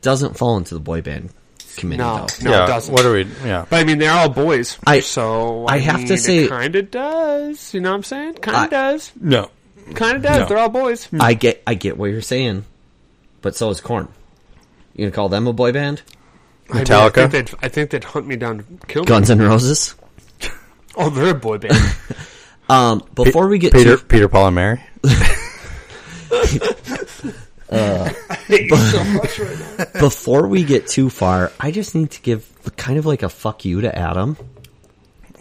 [SPEAKER 3] Doesn't fall into the boy band committee,
[SPEAKER 4] no,
[SPEAKER 3] though.
[SPEAKER 4] no,
[SPEAKER 5] yeah.
[SPEAKER 4] it doesn't.
[SPEAKER 5] What are we? Yeah.
[SPEAKER 4] But I mean, they're all boys.
[SPEAKER 3] I-
[SPEAKER 4] so
[SPEAKER 3] I have to
[SPEAKER 4] mean,
[SPEAKER 3] say-
[SPEAKER 4] it kind of does. You know what I'm saying? Kind
[SPEAKER 3] I-
[SPEAKER 4] of does.
[SPEAKER 5] No.
[SPEAKER 4] Kind of does.
[SPEAKER 5] No.
[SPEAKER 4] They're all boys.
[SPEAKER 3] I get I get what you're saying, but so is Corn. You gonna call them a boy band?
[SPEAKER 4] I mean,
[SPEAKER 5] Metallica?
[SPEAKER 4] I, think they'd, I think they'd hunt me down, to kill me.
[SPEAKER 3] Guns N' Roses.
[SPEAKER 4] Oh, they're a boy band.
[SPEAKER 3] Um, before we get
[SPEAKER 5] Peter,
[SPEAKER 3] too,
[SPEAKER 5] Peter, Paul, and Mary.
[SPEAKER 3] before we get too far, I just need to give kind of like a fuck you to Adam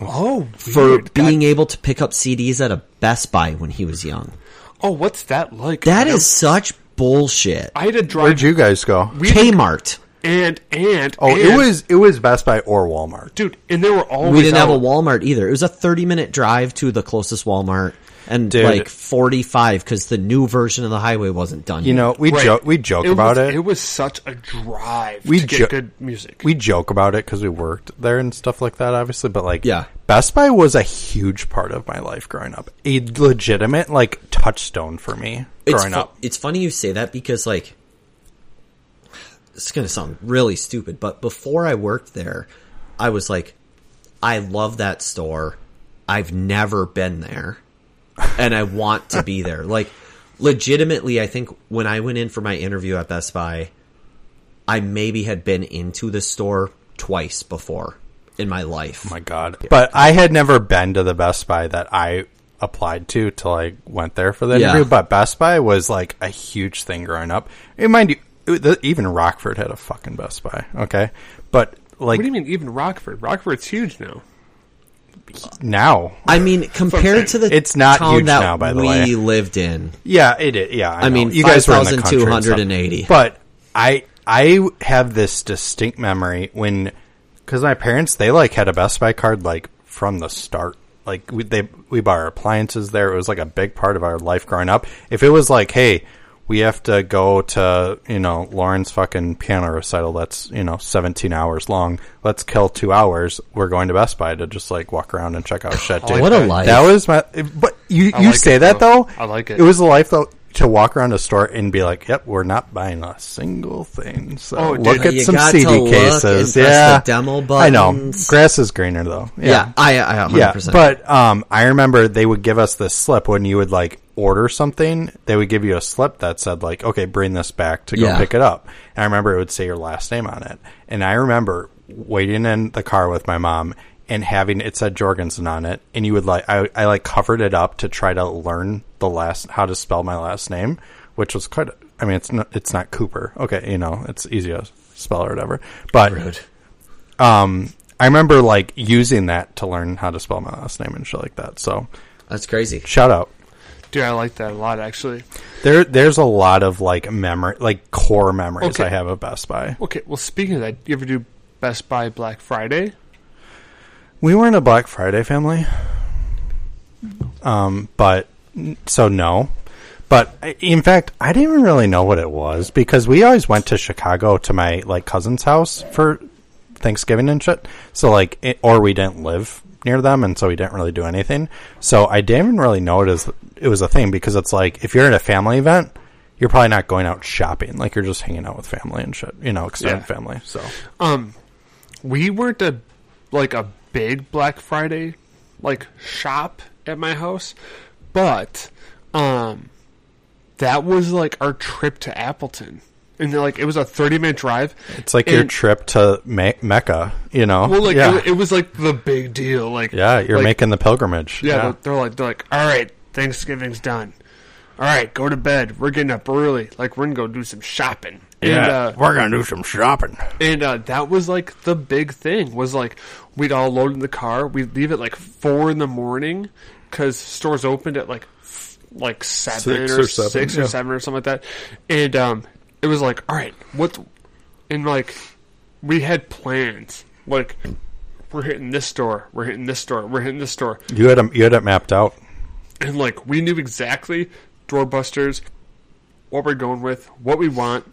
[SPEAKER 4] oh,
[SPEAKER 3] for
[SPEAKER 4] weird.
[SPEAKER 3] being able to pick up CDs at a Best Buy when he was young.
[SPEAKER 4] oh, what's that like?
[SPEAKER 3] That
[SPEAKER 4] man?
[SPEAKER 3] is such bullshit.
[SPEAKER 4] I had to
[SPEAKER 5] Where'd
[SPEAKER 4] drive
[SPEAKER 5] you guys go?
[SPEAKER 4] we had to-
[SPEAKER 3] Kmart.
[SPEAKER 4] and and
[SPEAKER 5] oh, it
[SPEAKER 4] and-
[SPEAKER 5] was it was Best Buy or Walmart.
[SPEAKER 4] dude, and they were always
[SPEAKER 3] We didn't have a
[SPEAKER 4] out.
[SPEAKER 3] Walmart either. It was a 30 minute drive to the closest Walmart and
[SPEAKER 5] Dude.
[SPEAKER 3] like 45 because the new version of the highway wasn't done.
[SPEAKER 5] You
[SPEAKER 3] yet.
[SPEAKER 5] know, we
[SPEAKER 4] Right.
[SPEAKER 5] joke we joke
[SPEAKER 4] It
[SPEAKER 5] about
[SPEAKER 4] was-
[SPEAKER 5] it.
[SPEAKER 4] It was such a drive
[SPEAKER 5] We
[SPEAKER 4] to
[SPEAKER 5] ju-
[SPEAKER 4] get good music.
[SPEAKER 5] we joke about it because we worked there and stuff like that, obviously. But like,
[SPEAKER 3] Yeah.
[SPEAKER 5] Best Buy was a huge part of my life growing up, a legitimate like touchstone for me
[SPEAKER 3] it's
[SPEAKER 5] growing
[SPEAKER 3] fu-
[SPEAKER 5] up.
[SPEAKER 3] It's funny you say that because like it's gonna sound really stupid, but before I worked there, I was like, I love that store. I've never been there, and I want to be there. Like, legitimately, I think when I went in for my interview at Best Buy, I maybe had been into the store twice before in my life.
[SPEAKER 5] Oh my god! But I had never been to the Best Buy that I applied to till I went there for the
[SPEAKER 3] Yeah.
[SPEAKER 5] interview. But Best Buy was like a huge thing growing up. And mind you, it- the- even Rockford had a fucking Best Buy. Okay, but
[SPEAKER 4] what
[SPEAKER 5] like
[SPEAKER 4] do you mean? Even Rockford? Rockford's huge now.
[SPEAKER 5] now,
[SPEAKER 3] I mean, compared to the
[SPEAKER 5] It's not
[SPEAKER 3] town
[SPEAKER 5] huge
[SPEAKER 3] that
[SPEAKER 5] now, by the
[SPEAKER 3] we
[SPEAKER 5] way.
[SPEAKER 3] lived in,
[SPEAKER 5] Yeah, it is. Yeah, I, know.
[SPEAKER 3] mean,
[SPEAKER 5] you guys were in the country and stuff.
[SPEAKER 3] 5,280.
[SPEAKER 5] But I I have this distinct memory when because my parents they like had a Best Buy card like from the start. Like we they we bought our appliances there. It was like a big part of our life growing up. If it was like, hey, we have to go to you know Lauren's fucking piano recital that's you know seventeen hours long. Let's kill two hours. We're going to Best Buy to just like walk around and check out shit. dude.
[SPEAKER 3] what a life.
[SPEAKER 5] That was my. But you you
[SPEAKER 4] like
[SPEAKER 5] say
[SPEAKER 4] it,
[SPEAKER 5] that
[SPEAKER 4] though.
[SPEAKER 5] though.
[SPEAKER 4] I like it.
[SPEAKER 5] It was the life though to walk around a store and be like, "Yep, we're not buying a single thing." So
[SPEAKER 4] Oh, dude.
[SPEAKER 5] look at
[SPEAKER 3] You
[SPEAKER 5] some
[SPEAKER 3] got
[SPEAKER 5] CD
[SPEAKER 3] to look
[SPEAKER 5] cases.
[SPEAKER 3] and press
[SPEAKER 5] yeah,
[SPEAKER 3] the demo
[SPEAKER 5] I know.
[SPEAKER 3] buttons.
[SPEAKER 5] Grass is greener though. Yeah,
[SPEAKER 3] yeah, I, I 100%.
[SPEAKER 5] Yeah, But um, I remember they would give us this slip when you would like order something. They would give you a slip that said like, "Okay, bring this back to go
[SPEAKER 3] Yeah.
[SPEAKER 5] pick it up." And I remember it would say your last name on it. And I remember waiting in the car with my mom and having it said Jorgensen on it. And you would like, I, I like covered it up to try to learn the last how to spell my last name, which was quite. I mean, it's not it's not Cooper. Okay, you know, it's easy to spell or whatever. But um, I remember like using that to learn how to spell my last name and shit like that. So
[SPEAKER 3] That's crazy.
[SPEAKER 5] shout out.
[SPEAKER 4] Dude, I like that a lot actually.
[SPEAKER 5] There, there's a lot of like memory, like core memories
[SPEAKER 4] Okay.
[SPEAKER 5] I have of Best Buy.
[SPEAKER 4] Okay, well, speaking of that, you ever do Best Buy Black Friday?
[SPEAKER 5] We weren't a Black Friday family, um, but so no. But I- in fact, I didn't even really know what it was because we always went to Chicago to my like cousin's house for Thanksgiving and shit. So like, it, or we didn't live near them, and so we didn't really do anything. So I didn't even really know it as it was a thing because it's like if you're at a family event, you're probably not going out shopping. Like you're just hanging out with family and shit, you know, extended
[SPEAKER 4] Yeah.
[SPEAKER 5] family. So
[SPEAKER 4] Um, we weren't a like a big Black Friday like shop at my house, but um, that was like our trip to Appleton, and like it was a thirty minute drive.
[SPEAKER 5] it's like your
[SPEAKER 4] And-
[SPEAKER 5] trip to Me- Mecca, you know.
[SPEAKER 4] Well, like
[SPEAKER 5] Yeah.
[SPEAKER 4] it, it was like the big deal. Like
[SPEAKER 5] Yeah, you're
[SPEAKER 4] like,
[SPEAKER 5] making the pilgrimage.
[SPEAKER 4] Yeah, They're, they're like they're like, all right, Thanksgiving's done. All right, go to bed. We're getting up early. Like we're gonna go do some shopping. And, uh,
[SPEAKER 5] we're gonna do some shopping.
[SPEAKER 4] And uh, that was like the big thing was like we'd all load in the car. We'd leave at like four in the morning because stores opened at like f- like seven
[SPEAKER 5] Six
[SPEAKER 4] or,
[SPEAKER 5] or seven,
[SPEAKER 4] six
[SPEAKER 5] yeah.
[SPEAKER 4] or seven or something like that. And um, it was like, all right, what? And like we had plans. Like we're hitting this store. We're hitting this store. We're hitting this store.
[SPEAKER 5] You had 'em- you had it mapped out.
[SPEAKER 4] And like we knew exactly doorbusters. what we're going with, what we want,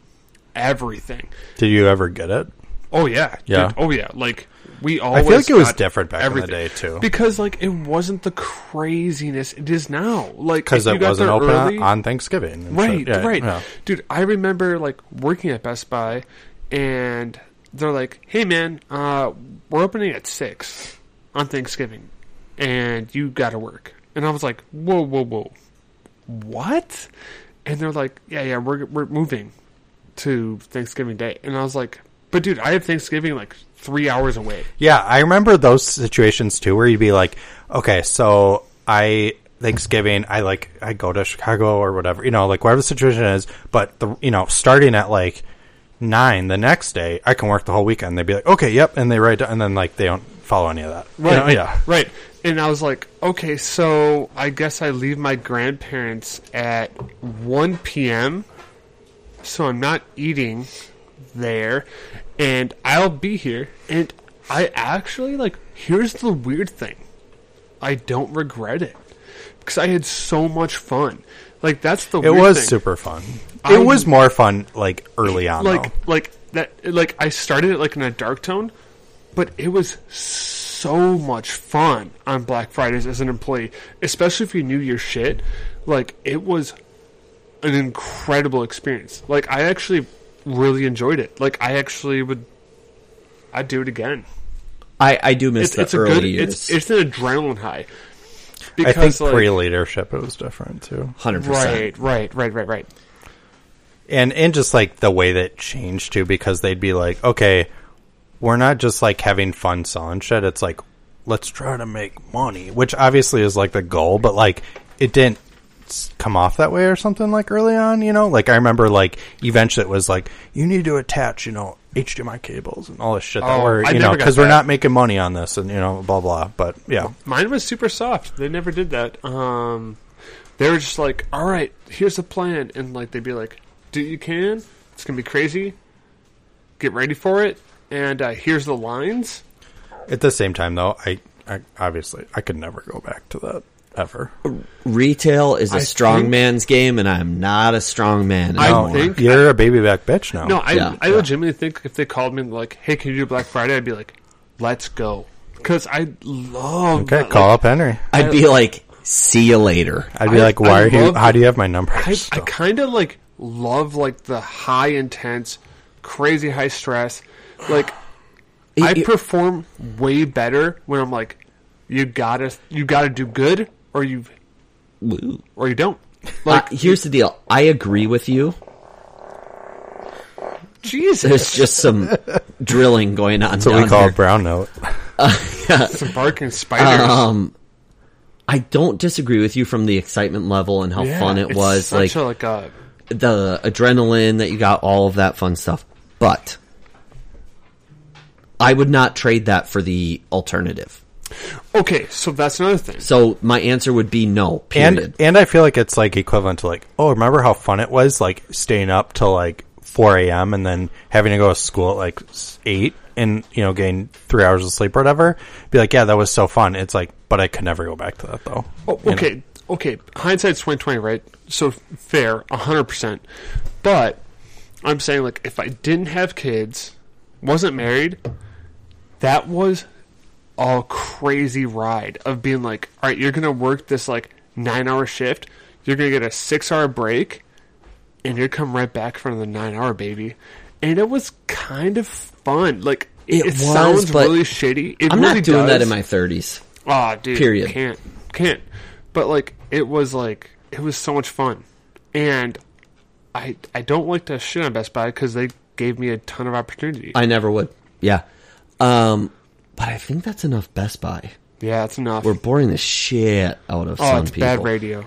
[SPEAKER 4] everything.
[SPEAKER 5] Did you ever get it?
[SPEAKER 4] Oh yeah,
[SPEAKER 5] Yeah.
[SPEAKER 4] Dude, oh yeah. Like we
[SPEAKER 5] I
[SPEAKER 4] always.
[SPEAKER 5] feel like it was
[SPEAKER 4] got
[SPEAKER 5] different back
[SPEAKER 4] everything.
[SPEAKER 5] in the day too,
[SPEAKER 4] because like it wasn't the craziness it is now. Like
[SPEAKER 5] because
[SPEAKER 4] if you
[SPEAKER 5] it
[SPEAKER 4] got
[SPEAKER 5] wasn't
[SPEAKER 4] there
[SPEAKER 5] open
[SPEAKER 4] early-
[SPEAKER 5] on Thanksgiving. and
[SPEAKER 4] Right,
[SPEAKER 5] shit. Yeah,
[SPEAKER 4] right,
[SPEAKER 5] yeah.
[SPEAKER 4] dude. I remember like working at Best Buy, and they're like, "Hey, man, uh, we're opening at six on Thanksgiving, and you got to work." And I was like, "Whoa, whoa, whoa, what?" And they're like, "Yeah, yeah, we're we're moving to Thanksgiving Day," and I was like, "But dude, I have Thanksgiving like three hours away."
[SPEAKER 5] Yeah, I remember those situations too, where you'd be like, okay, so I Thanksgiving, I like I go to Chicago or whatever, you know, like wherever the situation is. But the you know, starting at like nine the next day, I can work the whole weekend. They'd be like, okay, yep, and they write, and then like they don't follow any of that. You
[SPEAKER 4] Right.
[SPEAKER 5] know, yeah.
[SPEAKER 4] Right. And I was like, okay, so I guess I leave my grandparents at 1 p.m. So I'm not eating there and I'll be here and I actually like here's the weird thing. I don't regret it cuz I had so much fun. Like that's the
[SPEAKER 5] It
[SPEAKER 4] weird
[SPEAKER 5] was
[SPEAKER 4] thing.
[SPEAKER 5] super fun.
[SPEAKER 4] I-
[SPEAKER 5] it was more fun like early on.
[SPEAKER 4] like
[SPEAKER 5] though.
[SPEAKER 4] like that like I started it like in a dark tone, but it was so much fun on Black Fridays as an employee, especially if you knew your shit. Like it was an incredible experience. Like I actually really enjoyed it. Like I actually would I'd do it again.
[SPEAKER 3] I, I do miss
[SPEAKER 4] It's
[SPEAKER 3] the
[SPEAKER 4] it's a
[SPEAKER 3] early
[SPEAKER 4] good
[SPEAKER 3] years.
[SPEAKER 4] it's it's an adrenaline high.
[SPEAKER 5] I think
[SPEAKER 4] like,
[SPEAKER 5] pre leadership, it was different too.
[SPEAKER 3] 100%.
[SPEAKER 4] right, right, right, right, right.
[SPEAKER 5] and and just like the way that changed too because they'd be like okay we're not just like having fun selling shit it's like let's try to make money which obviously is like the goal but like it didn't s- come off that way or something like early on you know like i remember like eventually it was like you need to attach you know hdmi cables and all this shit that
[SPEAKER 4] Oh,
[SPEAKER 5] were
[SPEAKER 4] I
[SPEAKER 5] you know
[SPEAKER 4] never got
[SPEAKER 5] because we're
[SPEAKER 4] that.
[SPEAKER 5] not making money on this and you know blah blah but yeah
[SPEAKER 4] Mine was super soft. They never did that. Um, they were just like, "All right, here's the plan," and like they'd be like, "Do what you can? It's gonna be crazy. Get ready for it." And uh, here's the lines.
[SPEAKER 5] at the same time though i, I obviously i could never go back to that ever
[SPEAKER 3] Retail is a
[SPEAKER 4] I
[SPEAKER 3] strong
[SPEAKER 4] think-
[SPEAKER 3] man's game, and I'm not a strong man
[SPEAKER 4] I
[SPEAKER 3] anymore.
[SPEAKER 4] think-
[SPEAKER 5] Oh, you're a baby back bitch now
[SPEAKER 4] No, I,
[SPEAKER 3] Yeah.
[SPEAKER 4] I legitimately think if they called me and like, "Hey, can you do Black Friday?" I'd be like, "Let's go," because I love.
[SPEAKER 5] Okay,
[SPEAKER 4] that.
[SPEAKER 5] call
[SPEAKER 4] Like,
[SPEAKER 5] up Henry.
[SPEAKER 3] I'd be like, see you later.
[SPEAKER 5] I'd be
[SPEAKER 4] I-
[SPEAKER 5] like, why
[SPEAKER 4] I
[SPEAKER 5] are you?
[SPEAKER 4] love-
[SPEAKER 5] How do you have my number?
[SPEAKER 4] I, I
[SPEAKER 5] still?
[SPEAKER 4] kind of like love like the high intense, crazy high stress, like. I
[SPEAKER 3] You-
[SPEAKER 4] perform way better when I'm like, you gotta you gotta do good or you
[SPEAKER 3] Woo.
[SPEAKER 4] or you don't. Like
[SPEAKER 3] Uh, here's the deal. I agree with you.
[SPEAKER 4] Jesus,
[SPEAKER 3] There's just some drilling going on.
[SPEAKER 5] So we
[SPEAKER 3] down
[SPEAKER 5] call
[SPEAKER 3] here.
[SPEAKER 5] it brown note.
[SPEAKER 4] some barking spiders.
[SPEAKER 3] I don't disagree with you from the excitement level and how
[SPEAKER 4] Yeah,
[SPEAKER 3] fun it
[SPEAKER 4] it's
[SPEAKER 3] was. Like
[SPEAKER 4] such a, like uh, a
[SPEAKER 3] the adrenaline that you got, all of that fun stuff. But I would not trade that for the alternative.
[SPEAKER 4] okay. So that's another thing.
[SPEAKER 3] So my answer would be no. Period.
[SPEAKER 5] And and I feel like it's like equivalent to like, oh, remember how fun it was like staying up till like four a.m. and then having to go to school at like s- eight and you know getting three hours of sleep or whatever. Be like, yeah, that was so fun. It's like, but I could never go back to that though.
[SPEAKER 4] Oh,
[SPEAKER 5] You know?
[SPEAKER 4] okay, okay. Hindsight's twenty twenty, right? So fair, hundred percent. But I'm saying, like, if I didn't have kids, wasn't married, that was a crazy ride of being like, all right, you're gonna work this like nine hour shift, you're gonna get a six hour break, and you're come right back from the nine hour baby, and it was kind of fun. Like, it,
[SPEAKER 3] It
[SPEAKER 4] it
[SPEAKER 3] was,
[SPEAKER 4] sounds
[SPEAKER 3] but
[SPEAKER 4] really shitty. It
[SPEAKER 3] I'm
[SPEAKER 4] really
[SPEAKER 3] not doing
[SPEAKER 4] does.
[SPEAKER 3] that in my 30s.
[SPEAKER 4] Ah, dude.
[SPEAKER 3] Period.
[SPEAKER 4] Can't. Can't. But like, it was like it was so much fun, and I I don't like to shit on Best Buy because they gave me a ton of opportunity.
[SPEAKER 3] I never would. Yeah. Um, but I think that's enough Best Buy.
[SPEAKER 4] yeah, that's enough.
[SPEAKER 3] We're boring the shit out of
[SPEAKER 4] oh,
[SPEAKER 3] some
[SPEAKER 4] it's
[SPEAKER 3] people.
[SPEAKER 4] bad radio.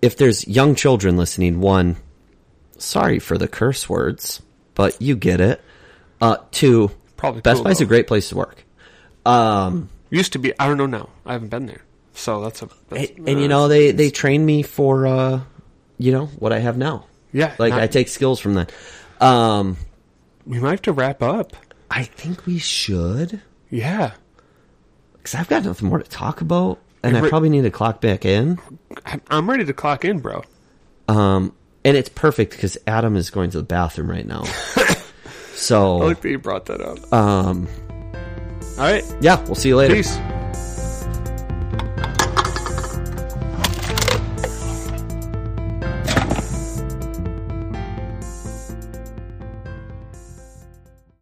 [SPEAKER 3] if there's young children listening, one, sorry for the curse words, but you get it. Uh, two,
[SPEAKER 4] Probably
[SPEAKER 3] Best
[SPEAKER 4] cool,
[SPEAKER 3] Buy's
[SPEAKER 4] though.
[SPEAKER 3] a great place to work.
[SPEAKER 4] Used to be. I don't know now. I haven't been there, so that's a. That's,
[SPEAKER 3] And, and, you know, they, they train me for, uh, you know, what I have now.
[SPEAKER 4] Yeah,
[SPEAKER 3] Like
[SPEAKER 4] not-
[SPEAKER 3] I take skills from that. Um,
[SPEAKER 4] we might have to wrap up.
[SPEAKER 3] I think we should,
[SPEAKER 4] Yeah,
[SPEAKER 3] because I've got nothing more to talk about, and I
[SPEAKER 4] Every-
[SPEAKER 3] probably need to clock back in.
[SPEAKER 4] I- I'm ready to clock in, bro.
[SPEAKER 3] and it's perfect because Adam is going to the bathroom right now. so
[SPEAKER 4] Oh. I like that you brought that up. Um. All right.
[SPEAKER 3] yeah, we'll see you later.
[SPEAKER 4] Peace.